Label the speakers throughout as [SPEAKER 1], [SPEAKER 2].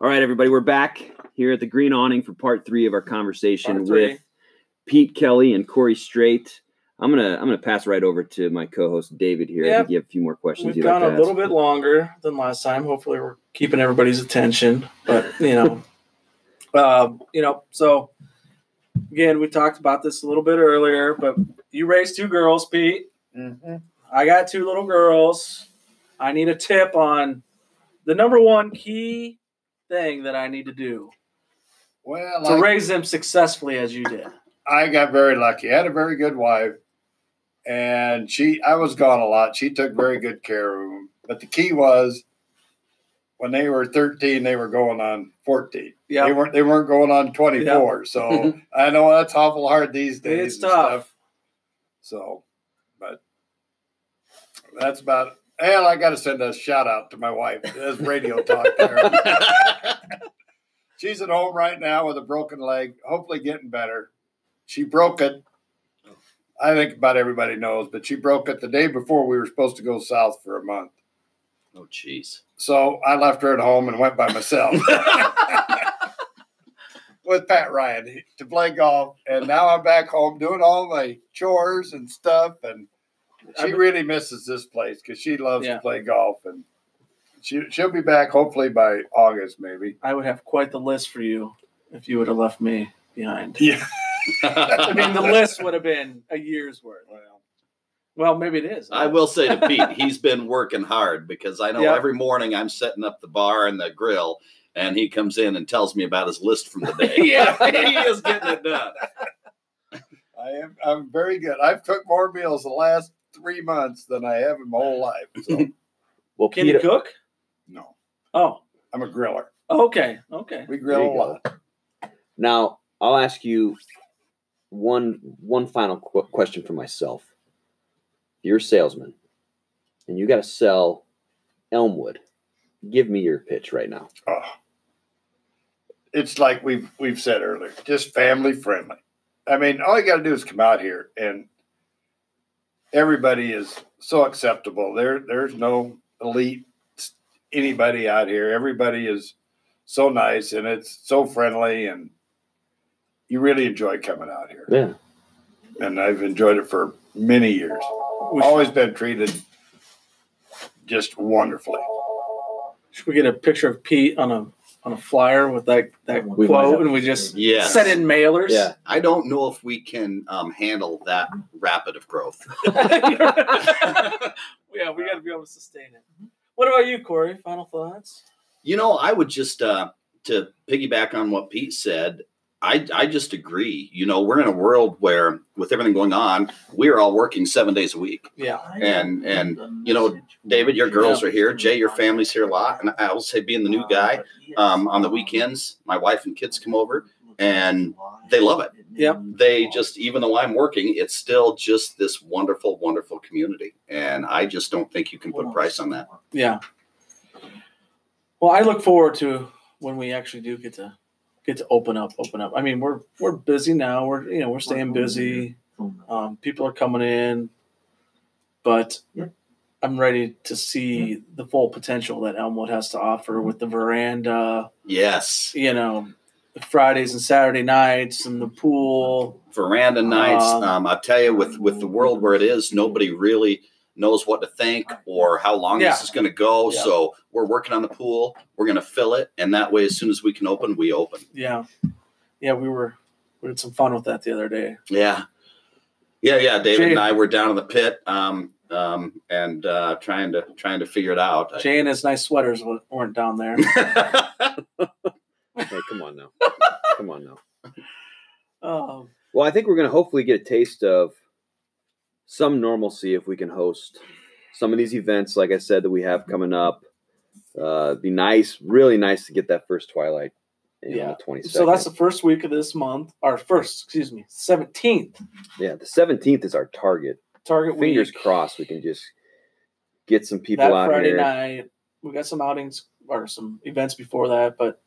[SPEAKER 1] All right, everybody, we're back here at the Green Awning for part three of our conversation
[SPEAKER 2] Part three.
[SPEAKER 1] with Pete Kelly and Corey Strait. I'm gonna I'm gonna pass right over to my co-host David here
[SPEAKER 2] Yep.
[SPEAKER 1] to give a few more questions.
[SPEAKER 2] We've
[SPEAKER 1] you'd like
[SPEAKER 2] gone
[SPEAKER 1] to
[SPEAKER 2] a
[SPEAKER 1] ask.
[SPEAKER 2] little bit longer than last time. Hopefully, we're keeping everybody's attention. But you know, um, you know. So again, we talked about this a little bit earlier. But you raised two girls, Pete. I got two little girls. I need a tip on the number one key thing that I need to do
[SPEAKER 3] Well,
[SPEAKER 2] to
[SPEAKER 3] I-
[SPEAKER 2] raise them successfully as you did.
[SPEAKER 3] I got very lucky. I had a very good wife, and she I was gone a lot. She took very good care of them. But the key was when they were 13, they were going on 14. They
[SPEAKER 2] Yeah,
[SPEAKER 3] weren't they weren't going on 24. So I know that's awful hard these days.
[SPEAKER 2] it's
[SPEAKER 3] and
[SPEAKER 2] tough.
[SPEAKER 3] So, but that's about. Hell, I got to send a shout out to my wife. That's radio talk there. She's at home right now with a broken leg, hopefully getting better. She broke it. I think about everybody knows, but she broke it the day before we were supposed to go south for a month.
[SPEAKER 4] Oh, jeez.
[SPEAKER 3] So I left her at home and went by myself with Pat Ryan to play golf. And now I'm back home doing all my chores and stuff. And
[SPEAKER 2] I
[SPEAKER 3] she
[SPEAKER 2] bet-
[SPEAKER 3] really misses this place because she loves
[SPEAKER 2] Yeah.
[SPEAKER 3] to play golf. And she, she'll be back hopefully by August, maybe.
[SPEAKER 2] I would have quite the list for you if you would have left me behind.
[SPEAKER 3] Yeah.
[SPEAKER 2] I mean, the list would have been a year's worth.
[SPEAKER 3] Well,
[SPEAKER 2] Well, maybe it is.
[SPEAKER 4] I will say to Pete, he's been working hard because I know
[SPEAKER 2] Yeah.
[SPEAKER 4] every morning I'm setting up the bar and the grill, and he comes in and tells me about his list from the day.
[SPEAKER 2] Yeah.
[SPEAKER 4] he is getting it done.
[SPEAKER 3] I am, I'm very good. I've cooked more meals the last three months than I have in my whole life. So,
[SPEAKER 1] Well,
[SPEAKER 2] Can you
[SPEAKER 1] Pete,
[SPEAKER 2] cook?
[SPEAKER 3] no,
[SPEAKER 2] Oh,
[SPEAKER 3] I'm a griller.
[SPEAKER 2] okay, okay.
[SPEAKER 3] We
[SPEAKER 1] There
[SPEAKER 3] grill
[SPEAKER 1] you
[SPEAKER 3] a
[SPEAKER 1] go.
[SPEAKER 3] lot.
[SPEAKER 1] now I'll ask you one one final qu- question for myself. You're a salesman, and you got to sell Elmwood. Give me your pitch right now.
[SPEAKER 3] Oh. It's like we've we've said earlier, just family friendly. I mean, all you got to do is come out here, and everybody is so acceptable. There, there's no elite s- anybody out here. Everybody is so nice, and it's so friendly, and you really enjoy coming out here.
[SPEAKER 1] Yeah,
[SPEAKER 3] And I've enjoyed it for many years.
[SPEAKER 2] We should,
[SPEAKER 3] Always been treated just wonderfully.
[SPEAKER 2] should we get a picture of Pete on a on a flyer with that that
[SPEAKER 1] We might
[SPEAKER 2] quote,
[SPEAKER 1] have-
[SPEAKER 2] and we just
[SPEAKER 4] Yes.
[SPEAKER 2] set in mailers?
[SPEAKER 1] yeah.
[SPEAKER 4] I don't know if we can um, handle that rapid of growth.
[SPEAKER 2] yeah, we got to be able to sustain it. What about you, Corey? Final thoughts?
[SPEAKER 4] You know, I would just uh, to piggyback on what Pete said. I I just agree. You know, we're in a world where, with everything going on, we're all working seven days a week.
[SPEAKER 2] Yeah,
[SPEAKER 4] And and you know, David, your girls are here. Jay, your family's here a lot. And I will say, being the new guy, um, on the weekends, my wife and kids come over. and they love it.
[SPEAKER 2] Yep.
[SPEAKER 4] They just, even though I'm working, it's still just this wonderful, wonderful community. And I just don't think you can put a price on that.
[SPEAKER 2] yeah. Well, I look forward to when we actually do get to get to open up, open up. I mean, we're we're busy now. We're you know we're staying busy. Um, people are coming in, but
[SPEAKER 1] Yeah.
[SPEAKER 2] I'm ready to see the full potential that Elmwood has to offer with the veranda,
[SPEAKER 4] Yes.
[SPEAKER 2] you know, the Fridays and Saturday nights and the pool.
[SPEAKER 4] Veranda nights.
[SPEAKER 2] Um,
[SPEAKER 4] Um, I tell you, with with the world where it is, nobody really knows what to think or how long
[SPEAKER 2] Yeah.
[SPEAKER 4] this is going to go.
[SPEAKER 2] Yeah.
[SPEAKER 4] So we're working on the pool. We're going to fill it, and that way, as soon as we can open, we open.
[SPEAKER 2] Yeah. Yeah, we were we had some fun with that the other day.
[SPEAKER 4] Yeah. Yeah, yeah. David
[SPEAKER 2] Jay-
[SPEAKER 4] and I were down in the pit, um, um, and uh, trying to trying to figure it out. I-
[SPEAKER 2] Jay and his nice sweaters wa- weren't down there.
[SPEAKER 1] Hey, come on now. come on now.
[SPEAKER 2] um,
[SPEAKER 1] Well, I think we're going to hopefully get a taste of some normalcy if we can host some of these events, like I said, that we have coming up. Uh, it'd be nice, really nice to get that first Twilight in
[SPEAKER 2] Yeah.
[SPEAKER 1] on the 22nd.
[SPEAKER 2] so that's the first week of this month, or first, excuse me, 17th
[SPEAKER 1] yeah, the 17th is our target.
[SPEAKER 2] target week.
[SPEAKER 1] Fingers crossed we can just get some people
[SPEAKER 2] that
[SPEAKER 1] out
[SPEAKER 2] Friday
[SPEAKER 1] here.
[SPEAKER 2] night. We got some outings or some events before that, but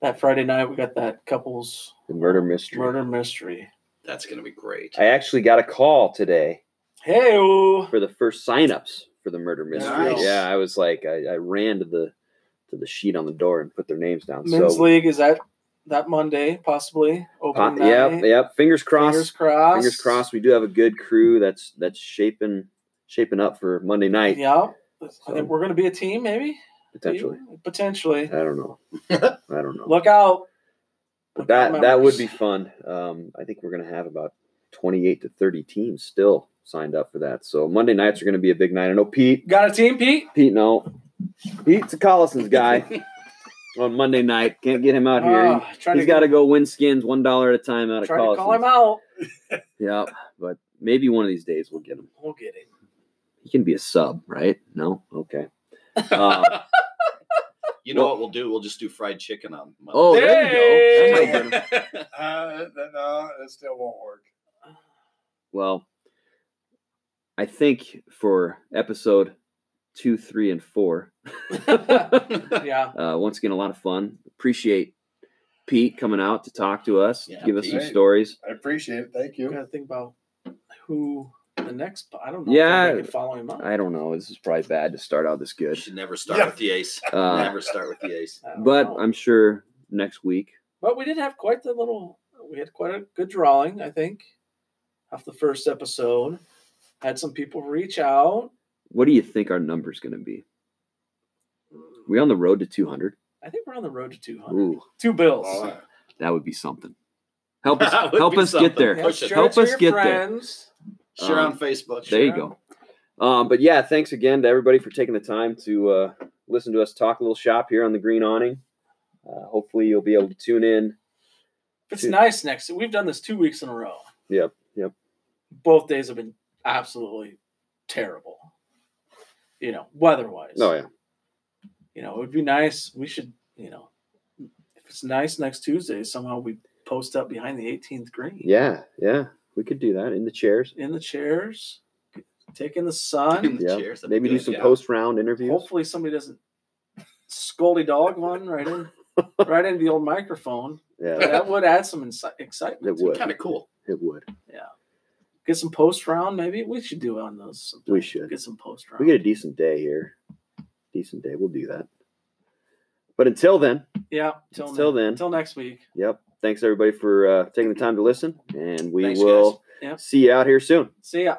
[SPEAKER 2] that Friday night we got that couples
[SPEAKER 1] The murder mystery.
[SPEAKER 2] murder mystery.
[SPEAKER 4] That's going to be great.
[SPEAKER 1] I actually got a call today
[SPEAKER 2] Hey,
[SPEAKER 1] for the first signups for the murder mystery.
[SPEAKER 4] Nice.
[SPEAKER 1] Yeah, I was like, I, I ran to the to the sheet on the door and put their names down.
[SPEAKER 2] Men's
[SPEAKER 1] so,
[SPEAKER 2] league is that that Monday possibly
[SPEAKER 1] po-
[SPEAKER 2] opening
[SPEAKER 1] yep,
[SPEAKER 2] night.
[SPEAKER 1] yep. Fingers crossed.
[SPEAKER 2] Fingers crossed.
[SPEAKER 1] Fingers crossed. We do have a good crew that's that's shaping shaping up for Monday night
[SPEAKER 2] Yeah. I
[SPEAKER 1] So-
[SPEAKER 2] think we're going to be a team, maybe.
[SPEAKER 1] potentially.
[SPEAKER 2] Potentially.
[SPEAKER 1] I don't know. I don't know.
[SPEAKER 2] Look out.
[SPEAKER 1] But
[SPEAKER 2] Look out,
[SPEAKER 1] that that would
[SPEAKER 2] members.
[SPEAKER 1] be fun. Um, I think we're going to have about 28 to 30 teams still signed up for that. So Monday nights are going to be a big night. I know Pete.
[SPEAKER 2] Got a team, Pete?
[SPEAKER 1] Pete, no, Pete's a Collison's guy on Monday night. Can't get him out here.
[SPEAKER 2] Ah, trying
[SPEAKER 1] He's got to go win skins one dollar at a time out of
[SPEAKER 2] trying to call him
[SPEAKER 1] Collison's.
[SPEAKER 2] out.
[SPEAKER 1] Yeah, but maybe one of these days we'll get him.
[SPEAKER 2] We'll get him.
[SPEAKER 1] He can be a sub, right? No, okay. Um,
[SPEAKER 4] You know what we'll do? We'll just do fried chicken on. Monday.
[SPEAKER 1] oh, there you go. That might get him.
[SPEAKER 3] Uh, no, it still won't work.
[SPEAKER 1] Well, I think for episode two, three, and four,
[SPEAKER 2] yeah.
[SPEAKER 1] uh, once again, a lot of fun. Appreciate Pete coming out to talk to us,
[SPEAKER 4] Yeah,
[SPEAKER 1] give us some
[SPEAKER 3] Pete.
[SPEAKER 1] stories.
[SPEAKER 3] I appreciate it. Thank
[SPEAKER 2] We
[SPEAKER 3] you.
[SPEAKER 2] got to think about who the next. I don't know. if
[SPEAKER 1] Yeah.
[SPEAKER 2] I can follow him up.
[SPEAKER 1] I don't know. This is probably bad to start out this
[SPEAKER 4] You
[SPEAKER 1] good,
[SPEAKER 4] should never start
[SPEAKER 3] Yeah.
[SPEAKER 4] with the ace.
[SPEAKER 1] uh,
[SPEAKER 4] never start with the ace.
[SPEAKER 2] I don't
[SPEAKER 1] but
[SPEAKER 2] know.
[SPEAKER 1] I'm sure next week.
[SPEAKER 2] But we did have quite the little. We had quite a good drawing, I think, off the first episode. Had some people reach out.
[SPEAKER 1] What do you think our number's going to be? We on the road to 200?
[SPEAKER 2] I think we're on the road to 200.
[SPEAKER 1] Ooh,
[SPEAKER 2] Two bills.
[SPEAKER 3] All right.
[SPEAKER 1] that would be something. Help us,
[SPEAKER 4] That would
[SPEAKER 1] help
[SPEAKER 4] be
[SPEAKER 1] us
[SPEAKER 4] something.
[SPEAKER 1] get there.
[SPEAKER 2] Yeah,
[SPEAKER 4] Push it.
[SPEAKER 2] share
[SPEAKER 1] Help
[SPEAKER 2] to
[SPEAKER 1] us
[SPEAKER 2] your
[SPEAKER 1] get there.
[SPEAKER 2] friends.
[SPEAKER 4] Share
[SPEAKER 1] Um,
[SPEAKER 4] on Facebook.
[SPEAKER 1] There you
[SPEAKER 2] Sure.
[SPEAKER 1] go. Um, but yeah, thanks again to everybody for taking the time to uh, listen to us talk a little shop here on the green awning. Uh, hopefully, you'll be able to tune in.
[SPEAKER 2] It's
[SPEAKER 1] Dude.
[SPEAKER 2] nice next. We've done this two weeks in a row.
[SPEAKER 1] Yep, yep.
[SPEAKER 2] Both days have been absolutely terrible. You know, weather wise.
[SPEAKER 1] Oh yeah,
[SPEAKER 2] You know, it would be nice. We should, you know, if it's nice next Tuesday, somehow we post up behind the 18th green.
[SPEAKER 1] yeah, yeah. We could do that in the chairs.
[SPEAKER 2] In the chairs, take in the
[SPEAKER 4] In
[SPEAKER 2] sun.
[SPEAKER 4] the
[SPEAKER 1] Yeah.
[SPEAKER 4] chairs. that'd
[SPEAKER 1] Maybe
[SPEAKER 4] be
[SPEAKER 1] do
[SPEAKER 4] good,
[SPEAKER 1] some
[SPEAKER 4] yeah.
[SPEAKER 1] post round interviews.
[SPEAKER 2] Hopefully somebody doesn't scoldy dog one right in right into the old microphone.
[SPEAKER 1] Yeah,
[SPEAKER 2] That would add some inci- excitement.
[SPEAKER 1] It
[SPEAKER 2] to
[SPEAKER 1] would.
[SPEAKER 4] Kind of cool.
[SPEAKER 1] it would.
[SPEAKER 2] Get some post round, maybe we should do on those. sometime.
[SPEAKER 1] We should.
[SPEAKER 2] get some post round.
[SPEAKER 1] We get a decent day here. Decent day. We'll do that. But until then,
[SPEAKER 2] Yeah, till
[SPEAKER 1] Till
[SPEAKER 2] ne-
[SPEAKER 1] then.
[SPEAKER 2] till next week.
[SPEAKER 1] yep. Thanks everybody for uh, taking the time to listen, and we
[SPEAKER 4] Thanks,
[SPEAKER 1] will
[SPEAKER 2] guys. Yep.
[SPEAKER 1] see you out here soon.
[SPEAKER 2] See ya.